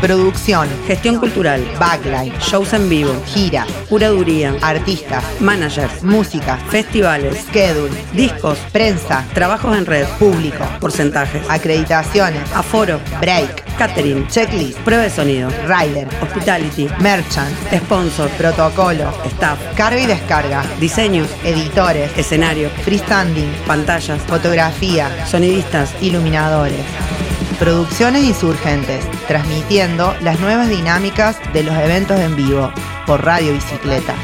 Producción, Gestión cultural. backline, Shows en vivo. gira, Curaduría. artistas, Managers. música, Festivales. schedule, Discos. prensa, Trabajos en red. público, Porcentajes. acreditaciones, Aforo. break, Catering. checklist, Prueba de sonido. rider, Hospitality. merchant, Sponsor. protocolo, Staff. carga y descarga, Diseños. editores, Escenario. freestanding, Pantallas. fotografía, Sonidistas. Iluminadores. Producciones Insurgentes, transmitiendo las nuevas dinámicas de los eventos en vivo por Radio Bicicleta.